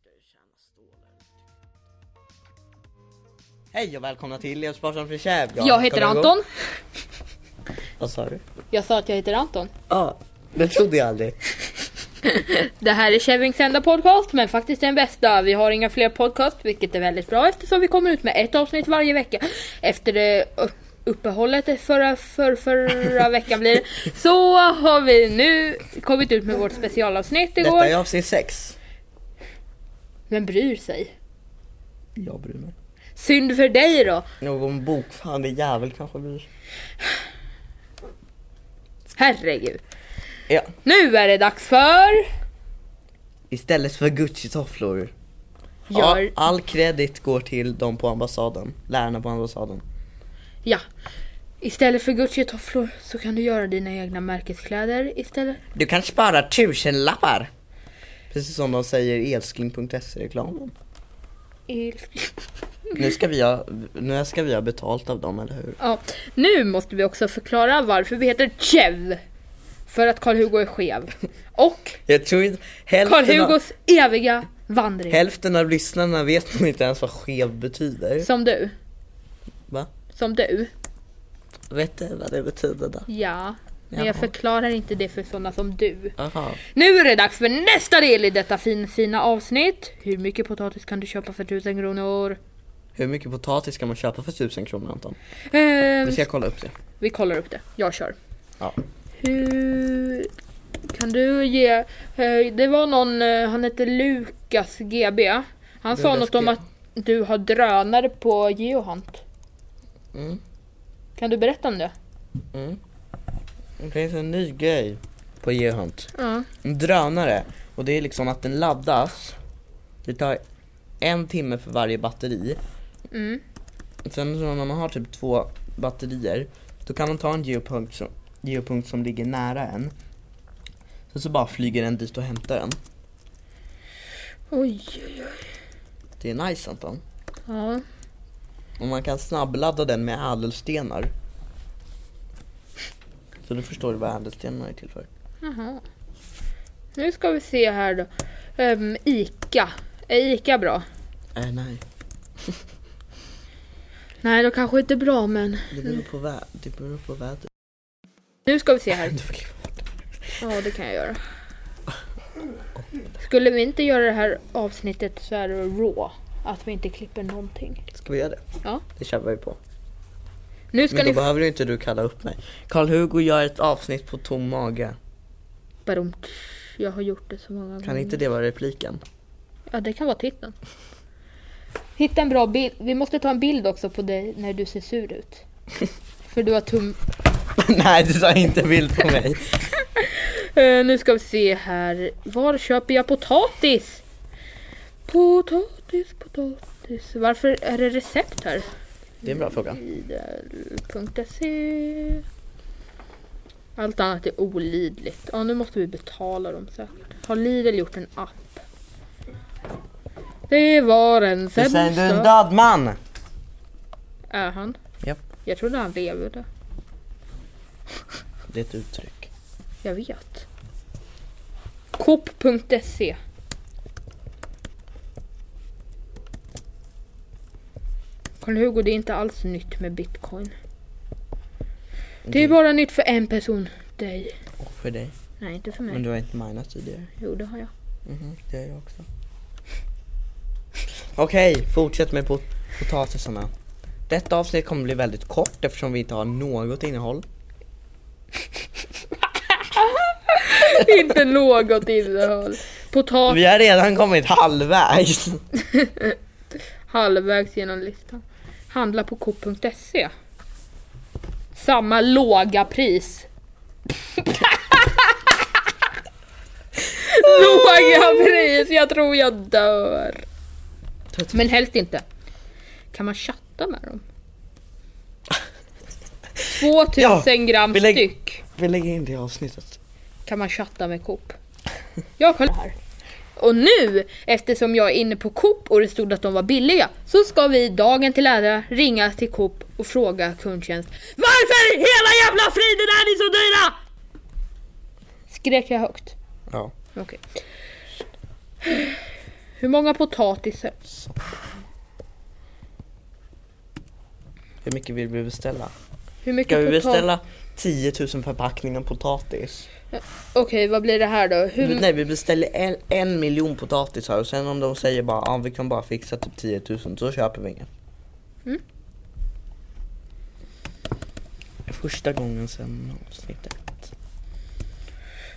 ska ju tjäna stålar. Hej och välkomna till Elsparen för Käv. Jag heter Anton. Vad sa du? Jag sa att jag heter Anton. Ja, det trodde jag aldrig. Det här är Kävlings enda podcast, men faktiskt den bästa. Vi har inga fler podcast, vilket är väldigt bra eftersom vi kommer ut med ett avsnitt varje vecka. Efter det upp- uppehållet förra, för, förra veckan blir det, så har vi nu kommit ut med vårt specialavsnitt igår. Detta är avsnitt 6. Vem bryr sig? Jag bryr mig. Synd för dig då. Någon bokförande jävel kanske bryr sig. Herregud. Ja. Nu är det dags för... Istället för Gucci-tofflor. Gör... Ja, all kredit går till de på ambassaden. Lärarna på ambassaden. Ja. Istället för Gucci-tofflor så kan du göra dina egna märkeskläder istället. Du kan spara tusen lappar. Precis som de säger i älskling.se-reklamen. Nu ska, vi ha, nu ska vi ha betalt av dem, eller hur? Ja. Nu måste vi också förklara varför vi heter Chev. För att Karl-Hugo är skev. Och Jag tror inte... hälften av- Karl-Hugos eviga vandring. Hälften av lyssnarna vet nog inte ens vad skev betyder. Som du. Va? Som du. Vet du vad det betyder då? Ja. Men Jaha. jag förklarar inte det för sådana som du. Aha. Nu är det dags för nästa del i detta fin, fina avsnitt. Hur mycket potatis kan du köpa för tusen kronor? Hur mycket potatis ska man köpa för 1000 kronor Anton? Ehm, Vi ska kolla upp det. vi kollar upp det. Jag kör. Ja. Hur kan du ge... eh, Det var någon, eh, han hette Lukas GB. Han sa Lukas något om G. att du har drönare på Geohunt. Mm. Kan du berätta om det? Mm. Det finns en ny grej på Geohunt. Ja. En drönare. Och det är liksom att den laddas. Det tar en timme för varje batteri. Mm. Sen så när man har typ två batterier då kan man ta en geopunkt som, geopunkt som ligger nära en. Sen så bara flyger den dit och hämtar den. Oj, oj, oj. Det är nice Anton. Ja. Och man kan snabbladda den med ädelstenar. Så nu förstår du vad ädelstenarna är till för. Jaha. Nu ska vi se här då. Ehm, Ica. Är Ica bra? Äh, nej, Nej, de kanske inte är bra men... det beror på, vä- det beror på vädret. Nu ska vi se här. Du får klippa bort det. Ja, det kan jag göra. Skulle vi inte göra det här avsnittet så här raw? Att vi inte klipper någonting. Ska vi göra det? Ja. Det kör vi på. Nu ska Men då ni... Bara... behöver du inte du kalla upp mig. Karl-Hugo gör ett avsnitt på tom mage. Jag har gjort det så många Kan gånger. inte det vara repliken? Ja, det kan vara titeln. Hitta en bra bild. Vi måste ta en bild också på dig när du ser sur ut. För du har tum... nej, du tar inte bild på mig. Eh, nu ska vi se här. Var köper jag potatis? Potatis, potatis. Varför är det recept här? Det är en bra fråga. Lidl.se Allt annat är olidligt. Ja, nu måste vi betala dem säkert. Har Lidl gjort en app? Det var en Du säger en sämsta... död man! Är han? Japp. Jag trodde han levde. Det är ett uttryck. Jag vet. Coop.se Karl-Hugo, det är inte alls nytt med bitcoin. Det Mm. är bara nytt för en person. Dig. Och för dig. Nej, inte för Men mig. du har inte minat tidigare. Jo, det har jag. Mhm, det gör jag också. Okej, fortsätt med pot- potatisarna. Detta avsnitt kommer bli väldigt kort eftersom vi inte har något innehåll. inte något innehåll. Potatis Vi har redan kommit halvvägs. halvvägs genom listan. Handla på coop.se. Samma låga pris. låga pris, jag tror jag dör. Men helst inte. Kan man chatta med dem? 2000 Ja, gram vi lägger- styck Vi lägger in det i avsnittet. kan man chatta med Coop. Jag kollar här. Och nu, eftersom jag är inne på Coop och det stod att de var billiga, så ska vi dagen till ära ringa till Coop och fråga kundtjänst. Varför i hela jävla friden är ni så dyra? Skrek jag högt. Ja. Okej. Hur många potatisar? Hur mycket vill vi beställa? Hur mycket Ska vi potat- beställa 10 000 förpackningar potatis? Okej, vad blir det här då? Hur... Nej vi beställer en, en miljon potatisar och sen om de säger bara ah, vi kan bara fixa typ 10 000 så köper vi inget. Mm. Första gången sen avsnittet.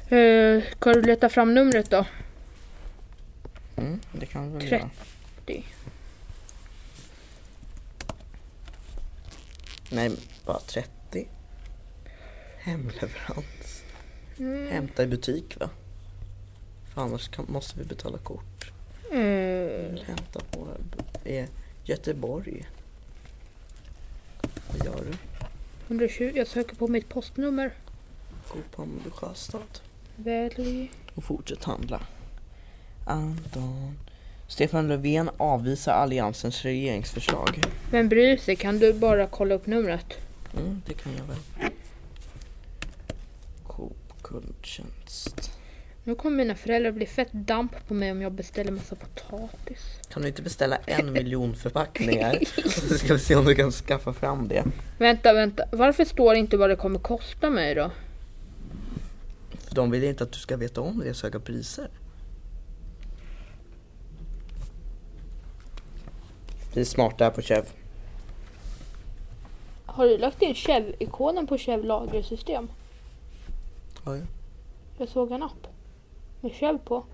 Eh, kan du leta fram numret då? Mm, det kan vi väl Tre- göra. 30. Nej, bara 30. Hemleverans. Mm. Hämta i butik va? För annars kan, måste vi betala kort. Eh, Hämta på eh, Göteborg. Vad gör du? 120, jag söker på mitt postnummer. Gå på Hammarby Sjöstad. Välj. och fortsätt handla. Anton. Stefan Löfven avvisar Alliansens regeringsförslag. Vem bryr sig? Kan du bara kolla upp numret? Mm, det kan jag väl. Coop kundtjänst. Nu kommer mina föräldrar bli fett damp på mig om jag beställer massa potatis. Kan du inte beställa en miljon förpackningar? Så ska vi se om du kan skaffa fram det. Vänta, vänta. Varför står det inte vad det kommer kosta mig då? För de vill inte att du ska veta om det och söka priser. Vi är smarta här på Chev. Har du lagt in Chev-ikonen på Chev lagersystem? Oj, Jag såg en app med Chev på.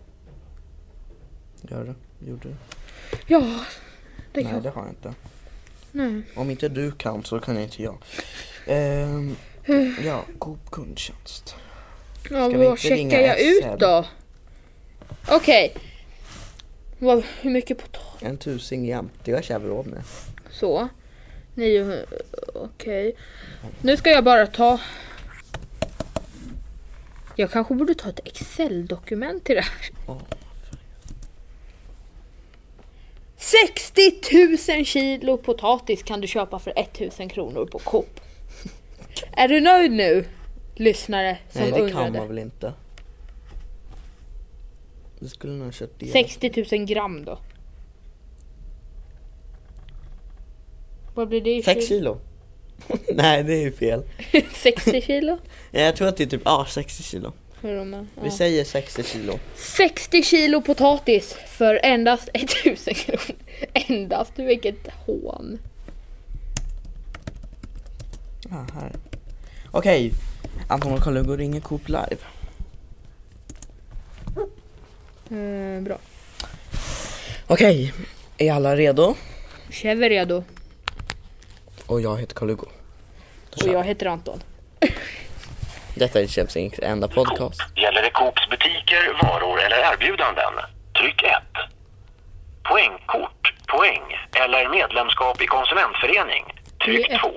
gör det. Gjorde du? Ja, det Nej, kan det har jag inte. Nej. Om inte du kan så kan inte jag. Ehm, ja, Coop kundtjänst. Ja, vi vad inte ringa checkar jag SL? ut då? Okej. Vad- Hur mycket potatis? En tusing jämt, det har jag råd med. Så. 900. Okej. Nu ska jag bara ta... Jag kanske borde ta ett Excel-dokument till det här. Ja. 60 000 kilo potatis kan du köpa för 1000 kronor på Coop. Är du nöjd nu? Lyssnare som Nej, det kan undrade. man väl inte. Du skulle nog ha köpt det. 60 000 gram då. Vad blir det i Sex kilo? kilo? Nej, det är ju fel. 60 kilo? Ja, Jag tror att det är typ, ja, 60 kilo. Hur de är. Vi Ja. säger 60 kilo. 60 kilo potatis för endast 1000 kronor. Endast, vilket hån. Ja, här. Okej, Anton och Carl Hugo ringer Coop live. Mm, bra. Okej, är alla redo? Chev är redo Och jag heter Carl Hugo. och jag heter Anton. Detta är Chefsinks enda podcast. Gäller det Coops butiker, varor eller erbjudanden? Tryck 1. Poängkort, poäng eller medlemskap i konsumentförening? Det är Tryck ett. 2.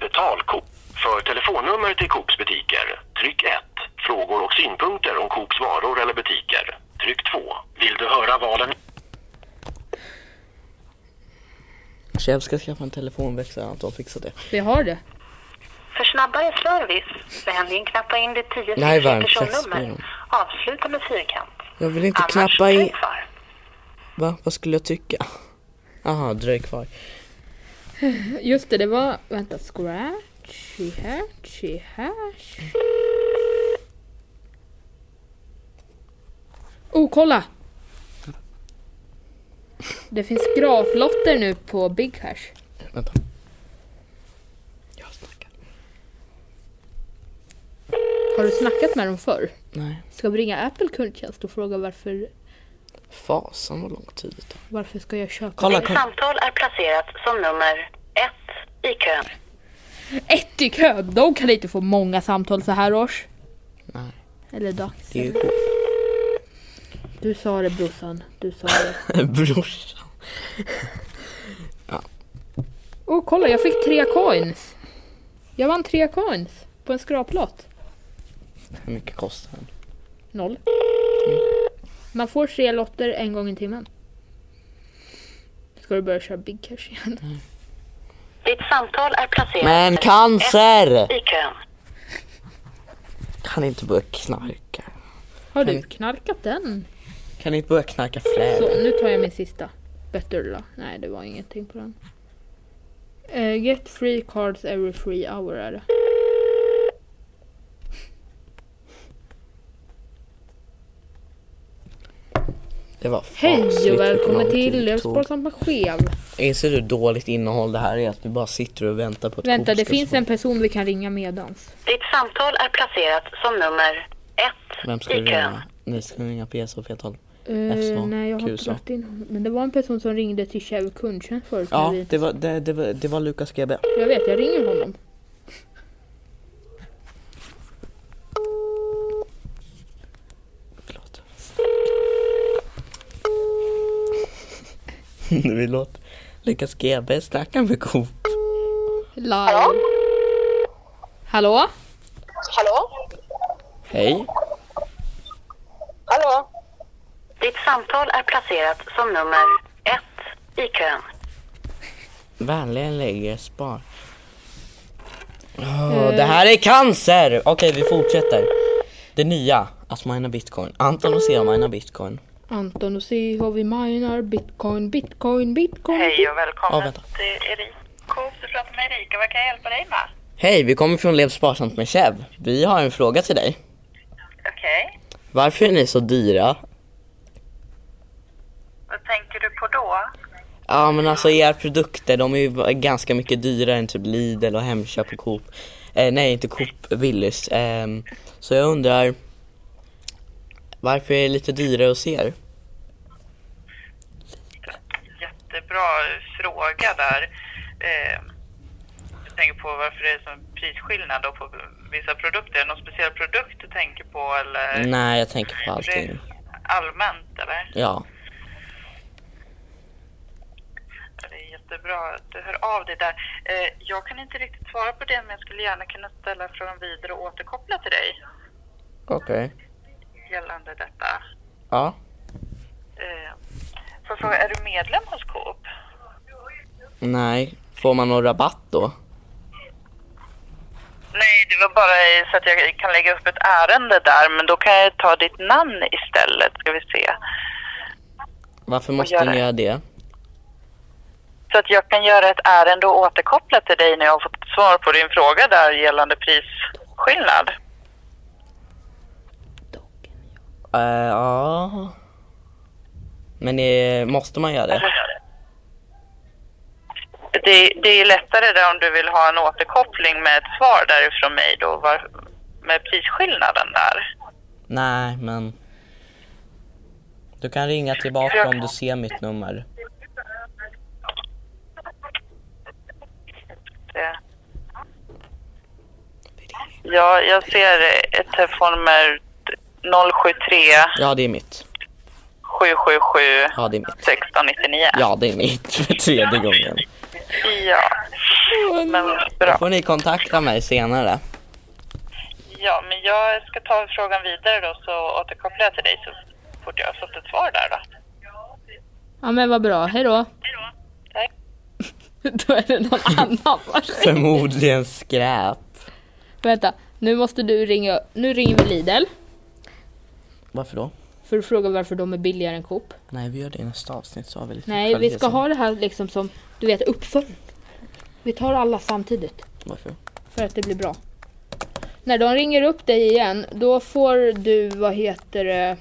Betalkort. För telefonnummer till Coops butiker, tryck 1. Frågor och synpunkter om Coops varor eller butiker, tryck 2. Vill du höra valen Chef ska skaffa en telefonväxel, Anton fixar det. Vi har det. För snabbare service, vänligen knappa in ditt 10 Nej, varmt personnummer. tack. Avsluta med fyrkant. Jag vill inte Annars knappa in... träffar. Va? Vad skulle jag tycka? Aha, dröj kvar. Just det, det var... Vänta, scratch, hatch, hash. Oh, kolla! Det finns graflotter nu på Big Hash. Vänta. Jag snackar. Har du snackat med dem förr? Nej. Ska vi ringa Apple kundtjänst och fråga varför, Fasen vad lång tid det tar. varför ska jag köpa? Kolla, Ditt kolla. samtal är placerat som nummer ett i kön. Ett i kön! De kan inte få många samtal så här års. Nej, Eller dags. det är ju Coop. Du sa det brorsan, du sa det. Brorsan. Oh, kolla jag fick tre coins. Jag vann tre coins på en skraplott. Hur mycket kostar den? Noll. Mm. Man får tre lotter en gång i timmen. Ska du börja köra Big Cash igen? Ditt samtal är placerat Men cancer! i kön. Kan inte börja knarka. Har Kan du inte. knarkat den? Kan ni inte börja knarka fläder? Så nu tar jag min sista. Betterla. Nej det var ingenting på den. Eh, get free cards every free hour är det. Det var Hej fasligt och välkommen ekonomiskt till uttåg. Lövsparsamt med skev. Inser du hur dåligt innehåll det här är? Att vi bara sitter och väntar på att Vänta Coop det ska finns slå. en person vi kan ringa medans. Ditt samtal är placerat som nummer Vem 1 ska vi i kön. ringa? Ni ska ringa PS och Fetal. FSA, Uh, nej jag har inte QSA. lagt in honom. Men det var en person som ringde till Chev kundtjänst förut. Ja, när vi- det var, det, det, var, det var Lukas GB. Jag vet, jag ringer honom. Förlåt. vi låter Lukas GB snacka med Coop. Live. Hallå? Hallå? Hej. Hallå? Ditt samtal är placerat som nummer 1 i kön. Vänligen lägger spar. Åh, Det här är cancer! Okej, vi fortsätter. Det nya, att mina bitcoin. Anton och Sia mina bitcoin. Anton och se hur vi minar bitcoin, bitcoin, bitcoin. Hej och Ja, välkommen vänta. till Eriko. Du pratar med Erika. Vad kan jag hjälpa dig med? Hej, vi kommer från Lev sparsamt med Chev. Vi har en fråga till dig. Okej. Varför är ni så dyra? Vad tänker du på då? Ja men alltså era produkter de är ju ganska mycket dyrare än typ Lidl och Hemköp och Coop. Eh, nej inte Coop, Willys. Ehm, så jag undrar varför är det lite dyrare hos er? Jättebra fråga där. Eh, jag tänker på varför det är sån prisskillnad då på vissa produkter. Är det någon speciell produkt du tänker på eller? Nej jag tänker på Mm, allting. Allmänt eller? Ja. Ja, Det är jättebra att du hör av dig där. Eh, jag kan inte riktigt svara på det men jag skulle gärna kunna ställa frågan vidare och återkoppla till dig Okej. gällande detta. Ja. Eh, Får jag fråga, är du medlem hos Coop? Nej. Får man någon rabatt då? Nej, det var bara i- så att jag kan lägga upp ett ärende där, men då kan jag ta ditt namn istället, ska vi se. Varför gör måste ni det. göra det? Så att jag kan göra ett ärende och återkoppla till dig när jag har fått svar på din fråga där gällande prisskillnad. Eh, Ja. Men det, måste man göra det? Det, det är lättare där om du vill ha en återkoppling med ett svar därifrån mig då, var, med prisskillnaden där. Nej men. Du kan ringa tillbaka om du ser mitt nummer. Det. Ja, jag ser ett telefonnummer 073 Ja det är mitt. 777 Ja det är mitt. 1699. Ja, det är mitt för tredje gången. ja. Men bra. Då får ni kontakta mig senare. Ja, men jag ska ta frågan vidare då så återkopplar jag till dig så fort jag har fått ett svar där då. Ja men vad bra, hejdå. Tack. Då är det någon annan varsågod. Förmodligen skräp. Vänta, nu måste du ringa. Nu ringer vi Lidl. Varför då? För att fråga varför de är billigare än Coop. Nej, vi gör det i nästa avsnitt så har vi lite Nej, vi ska kvalitet ha det här liksom som, du vet, uppföljning. Vi tar alla samtidigt. sen. Varför? För att det blir bra. När de ringer upp dig igen, då får du, vad heter det,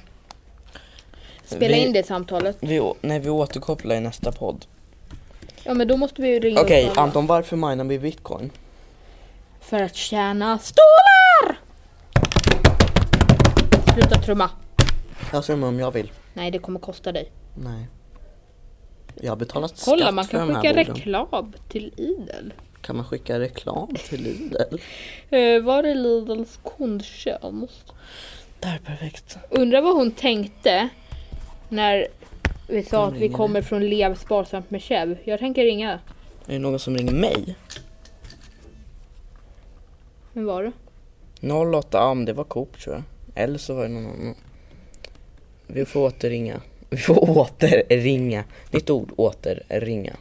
spela Vi- in det samtalet. Vi, å- nej, vi återkopplar i nästa podd. Ja men då måste vi ju ringa Okej, upp alla. Anton, varför minar vi bitcoin? För att tjäna stålar! Sluta trumma. Jag ser om jag vill. Nej, det kommer kosta dig. Nej. Jag har betalat skatt Kolla, man för kan de här skicka orden. reklam till Lidl. Kan man skicka reklam till Lidl? Eh, var är Lidls kundtjänst? Där, perfekt. Undrar vad hon tänkte när vi sa Vem att vi ringer kommer från Lev sparsamt med Chev. Jag tänker ringa. Är det någon som ringer mig? Vem var det? 08, ja men det var Coop tror jag. Eller så var det någon annan. Vi får återringa. Vi får återringa. Nytt ord, återringa.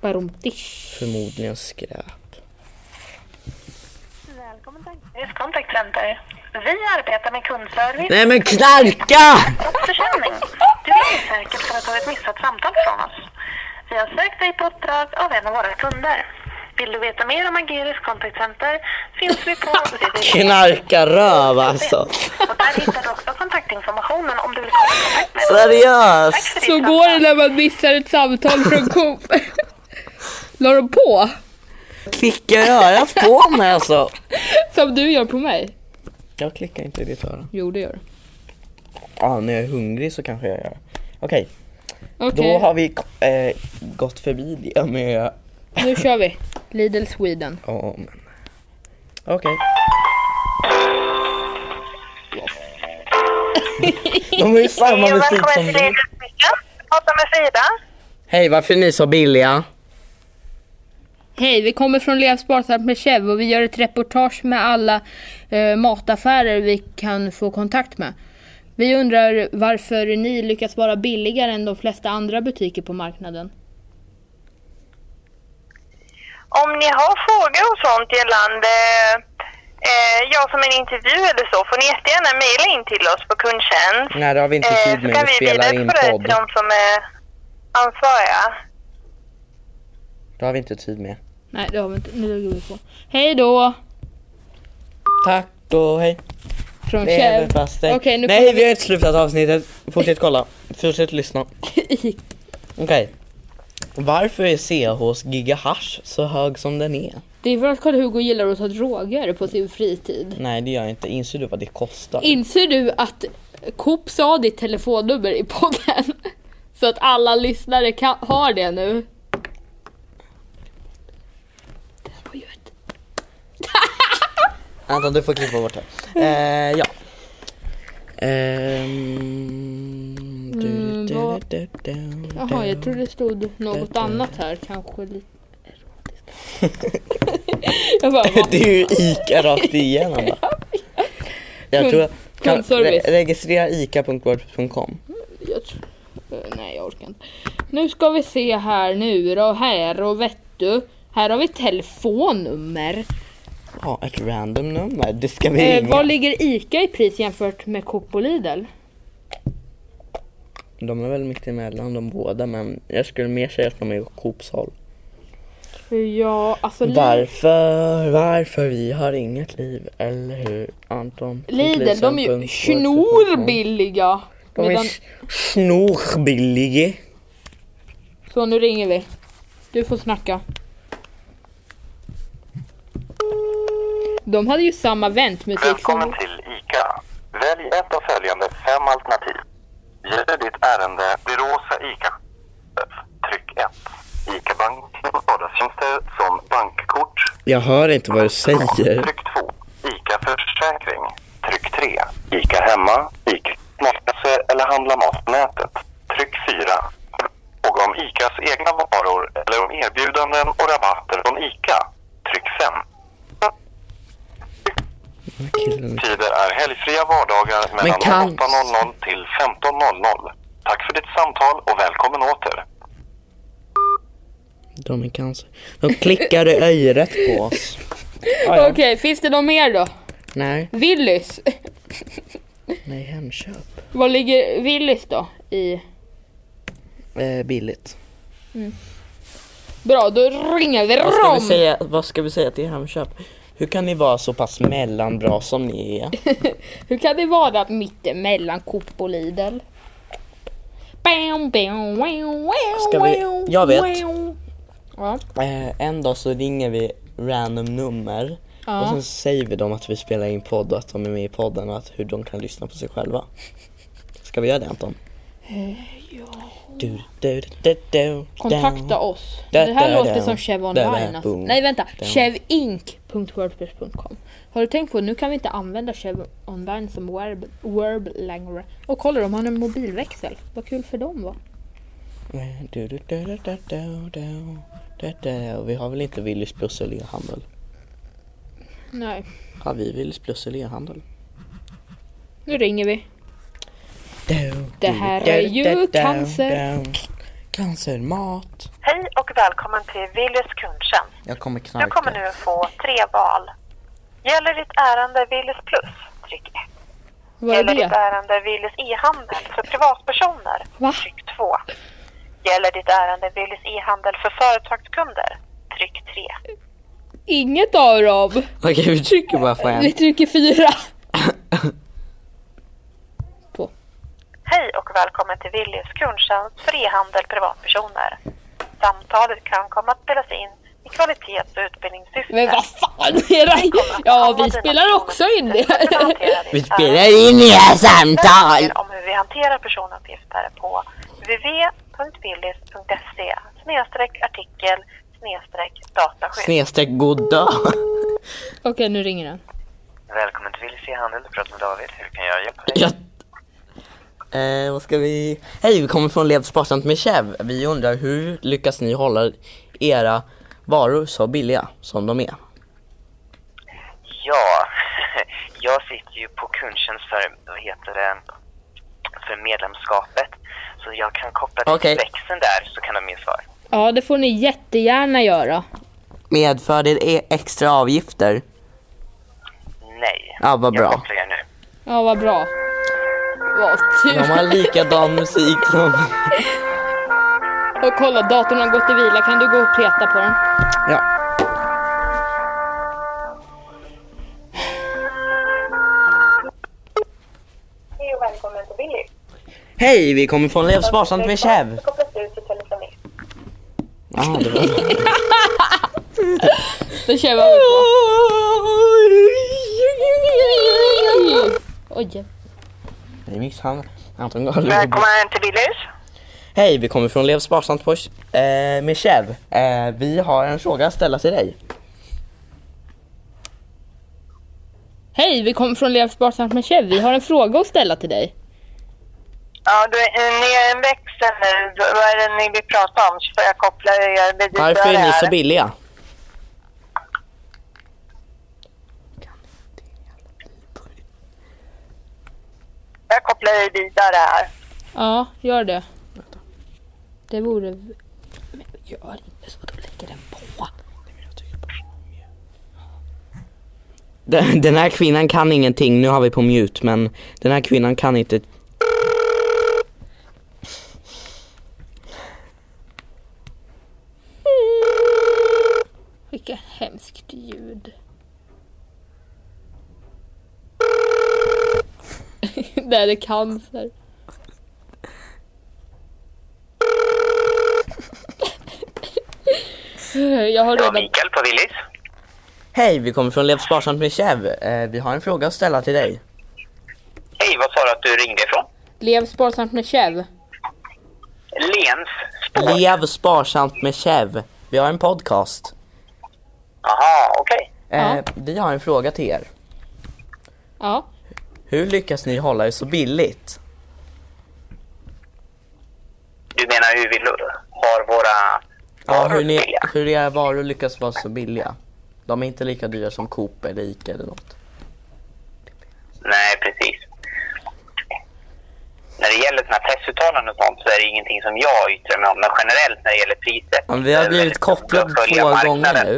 Baromtish. Förmodligen skräp. Nytt kontaktcenter. Vi arbetar med kundservice Nej men knarka! och försäljning. Du är säkert för att du har ett missat samtal från oss. Vi har sökt dig på uppdrag av en av våra kunder. Vill du veta mer om Ageris kontaktcenter finns vi på www.ageris.se. Knarka röv alltså. Och där hittar du också kontaktinformationen om du vill komma i kontakt med oss. Tack Seriöst. för ditt Så samtal. går det när man missar ett samtal från Coop. La de på? Klickar i örat på mig alltså. Som du gör på mig? Jag klickar inte i ditt öra. Jo det gör du. ah, när jag är hungrig så kanske jag gör. Okej, Okej, då har vi eh, gått förbi det med... nu kör vi. Lidl Sweden. Oh, men. Okej. De har ju samma Hej och musik välkommen som vi. till Legios Mission. Prata med Frida. Hej, varför är ni så billiga? Hej, vi kommer från Lea Sparsamt med Chev och vi gör ett reportage med alla eh, mataffärer vi kan få kontakt med. Vi undrar varför ni lyckas vara billigare än de flesta andra butiker på marknaden. Om ni har frågor och sånt gällande eh, jag som en intervju eller så får ni jättegärna mejla in till oss på kundtjänst. Nej, det har vi Mm, inte Eh, tid så med. kan Vi vi spelar in vidarebefordra till podd. Mm. de som är ansvariga. Det har vi inte tid med. Nej, det har vi inte. Nu lägger vi på. Hej då! Tack och hej. Från Chev. Leverpastej. Okej, nu Nej, kommer vi har inte slutat avsnittet. Fortsätt kolla. Fortsätt lyssna. vi... Okej. Varför är CHs Giga Hash så hög som den är? Det är för att Karl-Hugo gillar att ta droger på sin fritid. Nej, det gör jag inte. Inser du vad det kostar? Inser du att Coop sa ditt telefonnummer i podden? Så att alla lyssnare kan, har det nu. Det där var ju ett- Anton, du får klippa bort det. Mm. Eh, ja. Ehm, du- Mm, du- vad- du- du- du- Jaha, jag trodde det stod något annat här. Kanske lite erotiskt. jag bara, va? Det är ju ICA rakt igenom bara. Jag Kund- tror... Kan, re, kundservice. registrera ica.wordpress.com Jag tror, eh, nej, jag orkar inte. Nu ska vi se här nu då. Här och vet du. Här har vi telefonnummer. Ja, ett random nummer. Det ska vi Eh, ringa. vad ligger ICA i pris jämfört med Coop och Lidl? De är väl mitt emellan de båda men jag skulle mer säga att de är åt Coops håll. Ja, alltså Lidl, Varför, varför vi har inget liv, eller hur Anton? Lidl de är ju Lidl.wordpress.com. snorbilliga. De är Medan, s- snorbilliga. så nu ringer vi. Du får snacka. De hade ju samma väntmusik som... Välkommen till ICA. Välj ett av följande fem alternativ. Gäller ditt ärende det rosa ICA? Tryck 1. ICA Banken vardagstjänster som bankkort. Jag hör inte vad du säger. Tryck 2. ICA Försäkring. Tryck 3. ICA Hemma. ICA Matkasse eller Handla Mat på nätet. Tryck 4. Fråga om ICAs egna varor eller om erbjudanden och rabatter från ICA. Tryck 5. Killen. Tider är helgfria vardagar mellan kan- 8.00 till 15.00. Tack för ditt samtal och välkommen åter. De är cancer. De klickade örat på oss. Ah, ja. Okej, finns det något mer då? Nej, Willys. nej Hemköp. Vad ligger Willys då i? Eh, billigt. Bra, då ringer vi Vad ska, vi dem. säga, vad ska vi säga till Hemköp? Hur kan ni vara så pass mellanbra som ni är? Hur kan det vara mitt emellan Coop och Lidl? Bam, bam, wow, wow, Ska vi- wow, jag vet. wow. Ja. Eh, en dag så ringer vi random nummer Ja. och sen säger vi dem att vi spelar in podd och att de är med i podden och att hur de kan lyssna på sig själva. Ska vi göra det Anton? Eh, Du, du, du, du, Kontakta du. oss. Där, det här där, låter där. som Chev Där, där, Online. Alltså. boom. Nej vänta, Där. chevinc.wordpress.com Har du tänkt på nu kan vi inte använda Chev Online som verb, verb längre. Och kolla de har en mobilväxel. Vad kul för dem va? Eh, Du, du, du, du, du, du, du, du, du. Och Vi har väl inte Willys plus eller e-handel? Nej, Har vi Willys plus eller e-handel? nu ringer vi. Du, du, Det här du, är ju du, du, cancer. du. Cancermat. Hej och välkommen till Willys kundtjänst. Jag kommer Du kommer knarka. nu att få tre val. Gäller ditt ärende Willys Plus? tryck 1. Vad är Gäller ditt det? ärende Willys e-handel för privatpersoner? Va? Tryck 2. Gäller ditt ärende Willys e-handel för företagskunder? Tryck 3. Inget av dem. Okej vi trycker bara på Vi en. trycker fyra. Hej och välkommen till Willys kundtjänst för e-handel privatpersoner. Samtalet kan komma att spelas in i kvalitets och utbildningssyfte. Men vad fan är det? Ja, vi spelar också in det. Vi spelar in era samtal! om hur vi hanterar personuppgifter på www.willys.se snedstreck artikel snedstreck dataskydd. Snedstreck god dag. Okej, nu ringer den. Välkommen till Willys e-handel, du pratar med David. Hur kan jag hjälpa dig? Jag... Eh, vad ska vi... Hej, vi kommer från Lev sparsamt med Chev. Vi undrar hur lyckas ni hålla era varor så billiga som de är? Ja, jag sitter ju på kundtjänst för, vad heter det, för medlemskapet. Så jag kan koppla till Okej. växeln där så kan de min svar. Ja, det får ni jättegärna göra. Medför det e- extra avgifter? Nej. Ja, vad Jag bra. kopplar er nu. Ja, vad bra. Vad De har tur. likadan musik som... Och kolla, datorn har gått i vila. Kan du gå och peta på den? Ja. Hej och välkommen till Willys. Hej, vi kommer från Lev sparsamt med Chev. Kopplas ut till telefoni. Ah, det var... Då kör vi på. Oj. Det är misshandel. Anton Garlund. Välkommen till Willys. Hej, vi kommer från Lev sparsamt på, eh, med Chev. Eh, vi har en fråga att ställa till dig. Hej, vi kommer från Lev sparsamt med Kjell. Vi har en fråga att ställa till dig. Ja, du, eh, ni är en växel nu. Vad är det ni vill prata om? Så får jag koppla er vidare Varför är ni här. så billiga? Jag kopplar er vidare här. Ja, gör det. Det vore... Men gör inte så, då lägger den på. Den, den här kvinnan kan ingenting, nu har vi på mute men den här kvinnan kan inte... Vilket hemskt ljud. Där är cancer. Jag har Ja, redan... Mikael på Willys. Hej, vi kommer från Lev sparsamt med Chev. Eh, vi har en fråga att ställa till dig. Hej, vad sa du att du ringde ifrån? Lev sparsamt med Chev. Lens spår. Lev sparsamt med Chev. Vi har en podcast. Aha, okej. Eh, Ja. Vi har en fråga till er. Ja. Hur lyckas ni hålla er så billigt? Du menar hur vi har våra Ja, hur, ni, billiga? hur era varor lyckas vara så billiga. De är inte lika dyra som Coop eller Ica eller något. Nej, precis. När det gäller såna här pressuttalanden och sånt så är det ingenting som jag yttrar mig om. Men generellt när det gäller priset. Men vi så är har det blivit väldigt noga att kopplade följa två gånger marknaden. nu.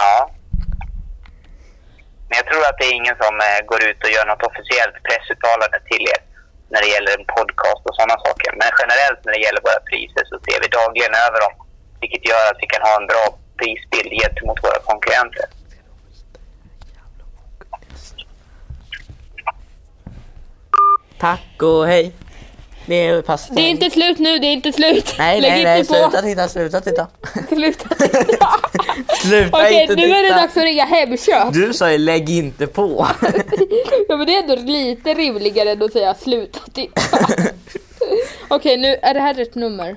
Ja. Men jag tror att det är ingen som eh, går ut och gör något officiellt pressuttalande till er när det gäller en podcast och sådana saker. Men generellt när det gäller våra priser så ser vi dagligen över dem. Vilket gör att vi kan ha en bra prisbild gentemot våra konkurrenter. Tack och hej. Det är pass. Det är inte slut nu, det är inte slut. Nej, Lägg nej, inte nej. på. Sluta titta, sluta titta. Sluta. Sluta Okej, inte nu är det titta. dags att ringa Hemköp. Du sa ju lägg inte på. Ja, men det är ändå lite rimligare än att säga sluta titta. Okej, nu är det här rätt nummer.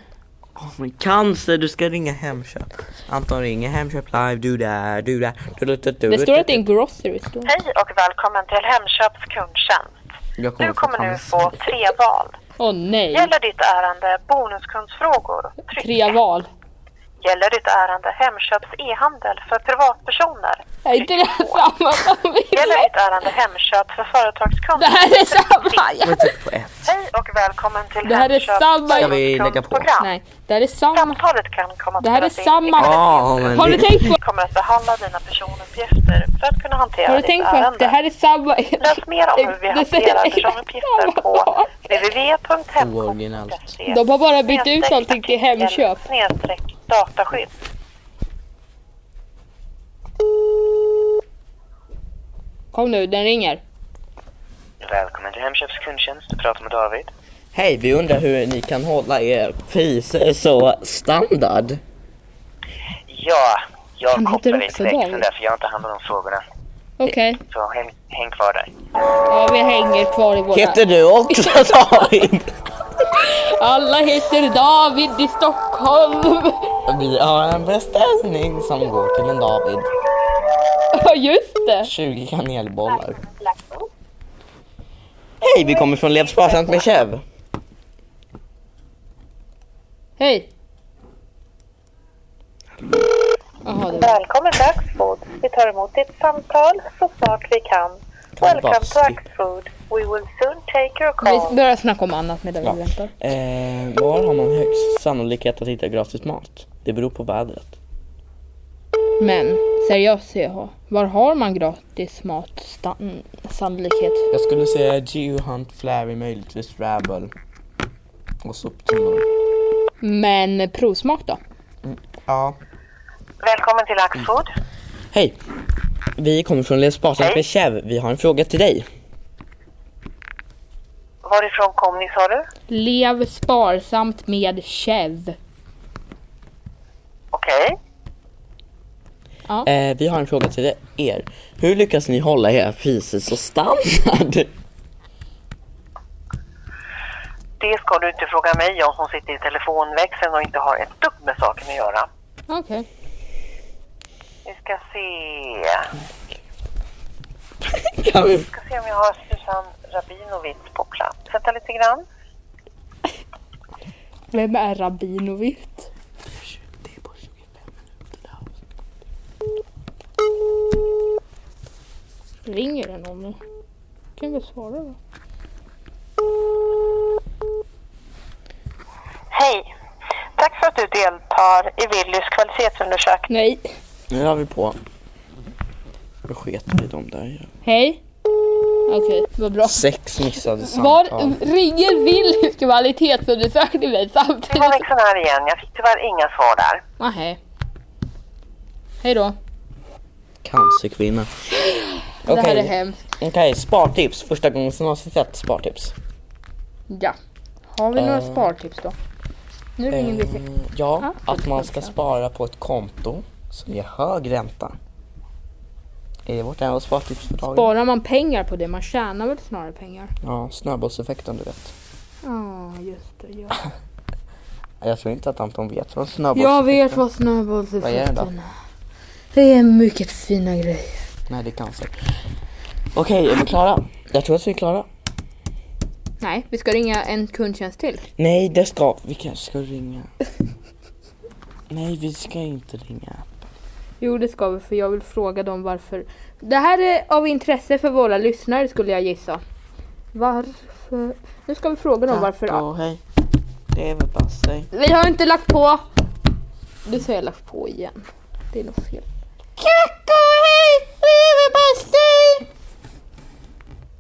Åh, men cancer, du ska ringa Hemköp. Anton ringer Hemköp live, du där, du där. Du, du, du, du, Det står att det är en grocery store. Hej och välkommen till Hemköps kundtjänst. Jag kommer Du kommer få nu cancer. få tre val. Åh nej, Gäller ditt ärende bonuskundsfrågor? Tryck tre ett. val. Gäller ditt ärende Hemköps e-handel för privatpersoner? Är inte det här samma som vi Gäller ditt ärende Hemköp för Det företagskunder? här är samma! Men Ja. tryck typ på ett. Hej och välkommen välkommen till Det här är Hemköp samma- Ska vi lägga på? program. Nej, det här är samma. Samtalet kan komma att Det här är spelas in. samma- Ja, men Har du det- tänkt på, Vi kommer att behandla dina personuppgifter för att kunna hantera har du ditt tänkt på ärende. att det här är samma? Läs mer om hur vi Det säger hanterar exakt personuppgifter samma på sak. Ooriginellt. www.hemkort.se De har bara bytt ut allting till Hemköp. Snedstreck dataskydd. Kom nu, den ringer. Välkommen till Hemköps kundtjänst. Du pratar med David. Hej, vi undrar hur ni kan hålla er priser så standard. Ja, jag Han heter kopplar dig också direkt. David. Det är därför jag inte hand om de frågorna. Okej, Så häng, häng kvar där. ja, vi hänger kvar i våra... Heter du också David? Alla heter David i Stockholm! Vi har en beställning som går till en David. Ja, just det! 20 kanelbollar. Hej, vi kommer från Lev sparsamt med Chev. Hej! Jaha, det var... Välkommen till Axfood. Vi tar emot ditt samtal så snart vi kan. Welcome to Fantastiskt. Axfood. We will soon take your Vi call. börjar snacka om annat medan Ja. vi väntar. Eh, var har man högst sannolikhet att hitta gratis mat? Det beror på vädret. Men, seriöst CH, var har man gratis mat stan- sannolikhet? Jag skulle säga Geohunt, Flary, möjligtvis Rabble. Och soptunnor. Men provsmak då? Ja. Välkommen till Axfood. Hej! Vi kommer från Lev sparsamt med Chev. Vi har en fråga till dig. Varifrån kom ni sa du? Lev sparsamt med käv. Okej. Eh, vi har en fråga till er. Hur lyckas ni hålla era priser så standard? Det ska du inte fråga mig om som sitter i telefonväxeln och inte har ett dugg med saken att göra. Okej. Vi ska se. Kan vi... Vi ska se om jag har Susanne Rabinovic på plats. Vänta lite grann. Vem är Rabinovic? Ringer det någon nu? Kan vi svara då? Hej! Tack för att du deltar i Willys kvalitetsundersökning. Nej. Nu har vi på. Då sket vi dem där. Hej. Okej, vad bra. Sex missade Var samtal. ringer Willys kvalitetsundersökning mig Det var samtidigt? växeln här igen. Jag fick tyvärr inga svar där. Ah, hej. Hej då. Cancerkvinna. Det här är Okej, hemskt. okay, spartips. Första gången som någonsin sett spartips. Ja. Har vi några Eh. spartips då? Nu ringer vi till... Eh, ja, Ah, att man ska fortsätt. spara på ett konto som ger hög ränta. Är det vårt enda spartips för dagen? Sparar man pengar på det? Man tjänar väl snarare pengar? Ja, snöbollseffekten du vet. Ja, just det. Ja. Jag tror inte att Anton vet vad en snöboll Jag vet vad Vad är det då? snöbollseffekten är. Det är mycket fina grejer. Nej, det är cancer. Okej, är vi klara? Jag tror att vi är klara. Nej, vi ska ringa en kundtjänst till. Nej, det ska vi. kanske ska ringa. Nej, vi ska inte ringa. Jo, det ska vi för jag vill fråga dem varför. Det här är av intresse för våra lyssnare skulle jag gissa. Varför? Nu ska vi fråga dem varför. Ja, hej. Det är väl bara sig. Vi har inte lagt på! Du sa jag lagt på igen. Det är nog fel. Kacko, hej! Leverpastej!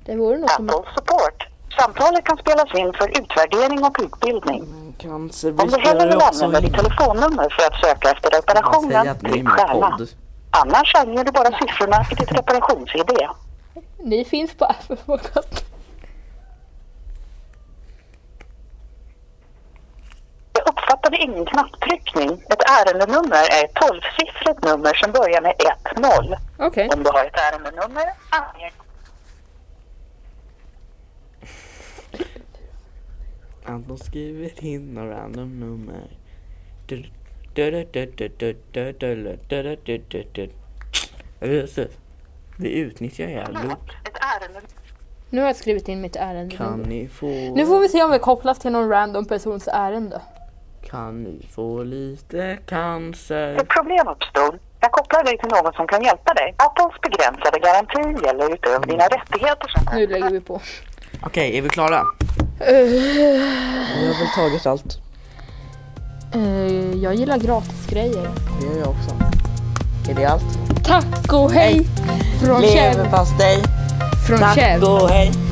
Det vore något som... Apple Support. Samtalet kan spelas in för utvärdering och utbildning. Cancer, Om vi du hellre spelar vill också använda ditt telefonnummer för att söka efter reparationen, tryck stjärna. Annars anger du bara siffrorna i ditt reparations-ID. Ni finns på Apple Podcast. Jag uppfattade ingen knapptryckning. Ett ärendenummer är ett 12-siffrigt nummer som börjar med 10. Okej. Om du har ett ärendenummer, anger Anton skriver in några random nummer. Du- du- du- du- du- du- du- du- du- du- du- du- du. Ja, just det. Vi utnyttjar er loop. ett ärendenummer. Nu har jag skrivit in mitt ärende. Kan ni få... Nu får vi se om vi kopplas till någon random persons ärende. Kan ni få lite cancer? Ett problem uppstod. Jag kopplar dig till någon som kan hjälpa dig. Apples begränsade garanti gäller utöver dina rättigheter som Nu lägger vi på. Okej, är vi klara? Vi har väl tagit allt. Eh, jag gillar gratisgrejer. Det gör jag också. Är det allt? Tack och hej! Från Chev. Leverpastej, Från Chev. taco, hej!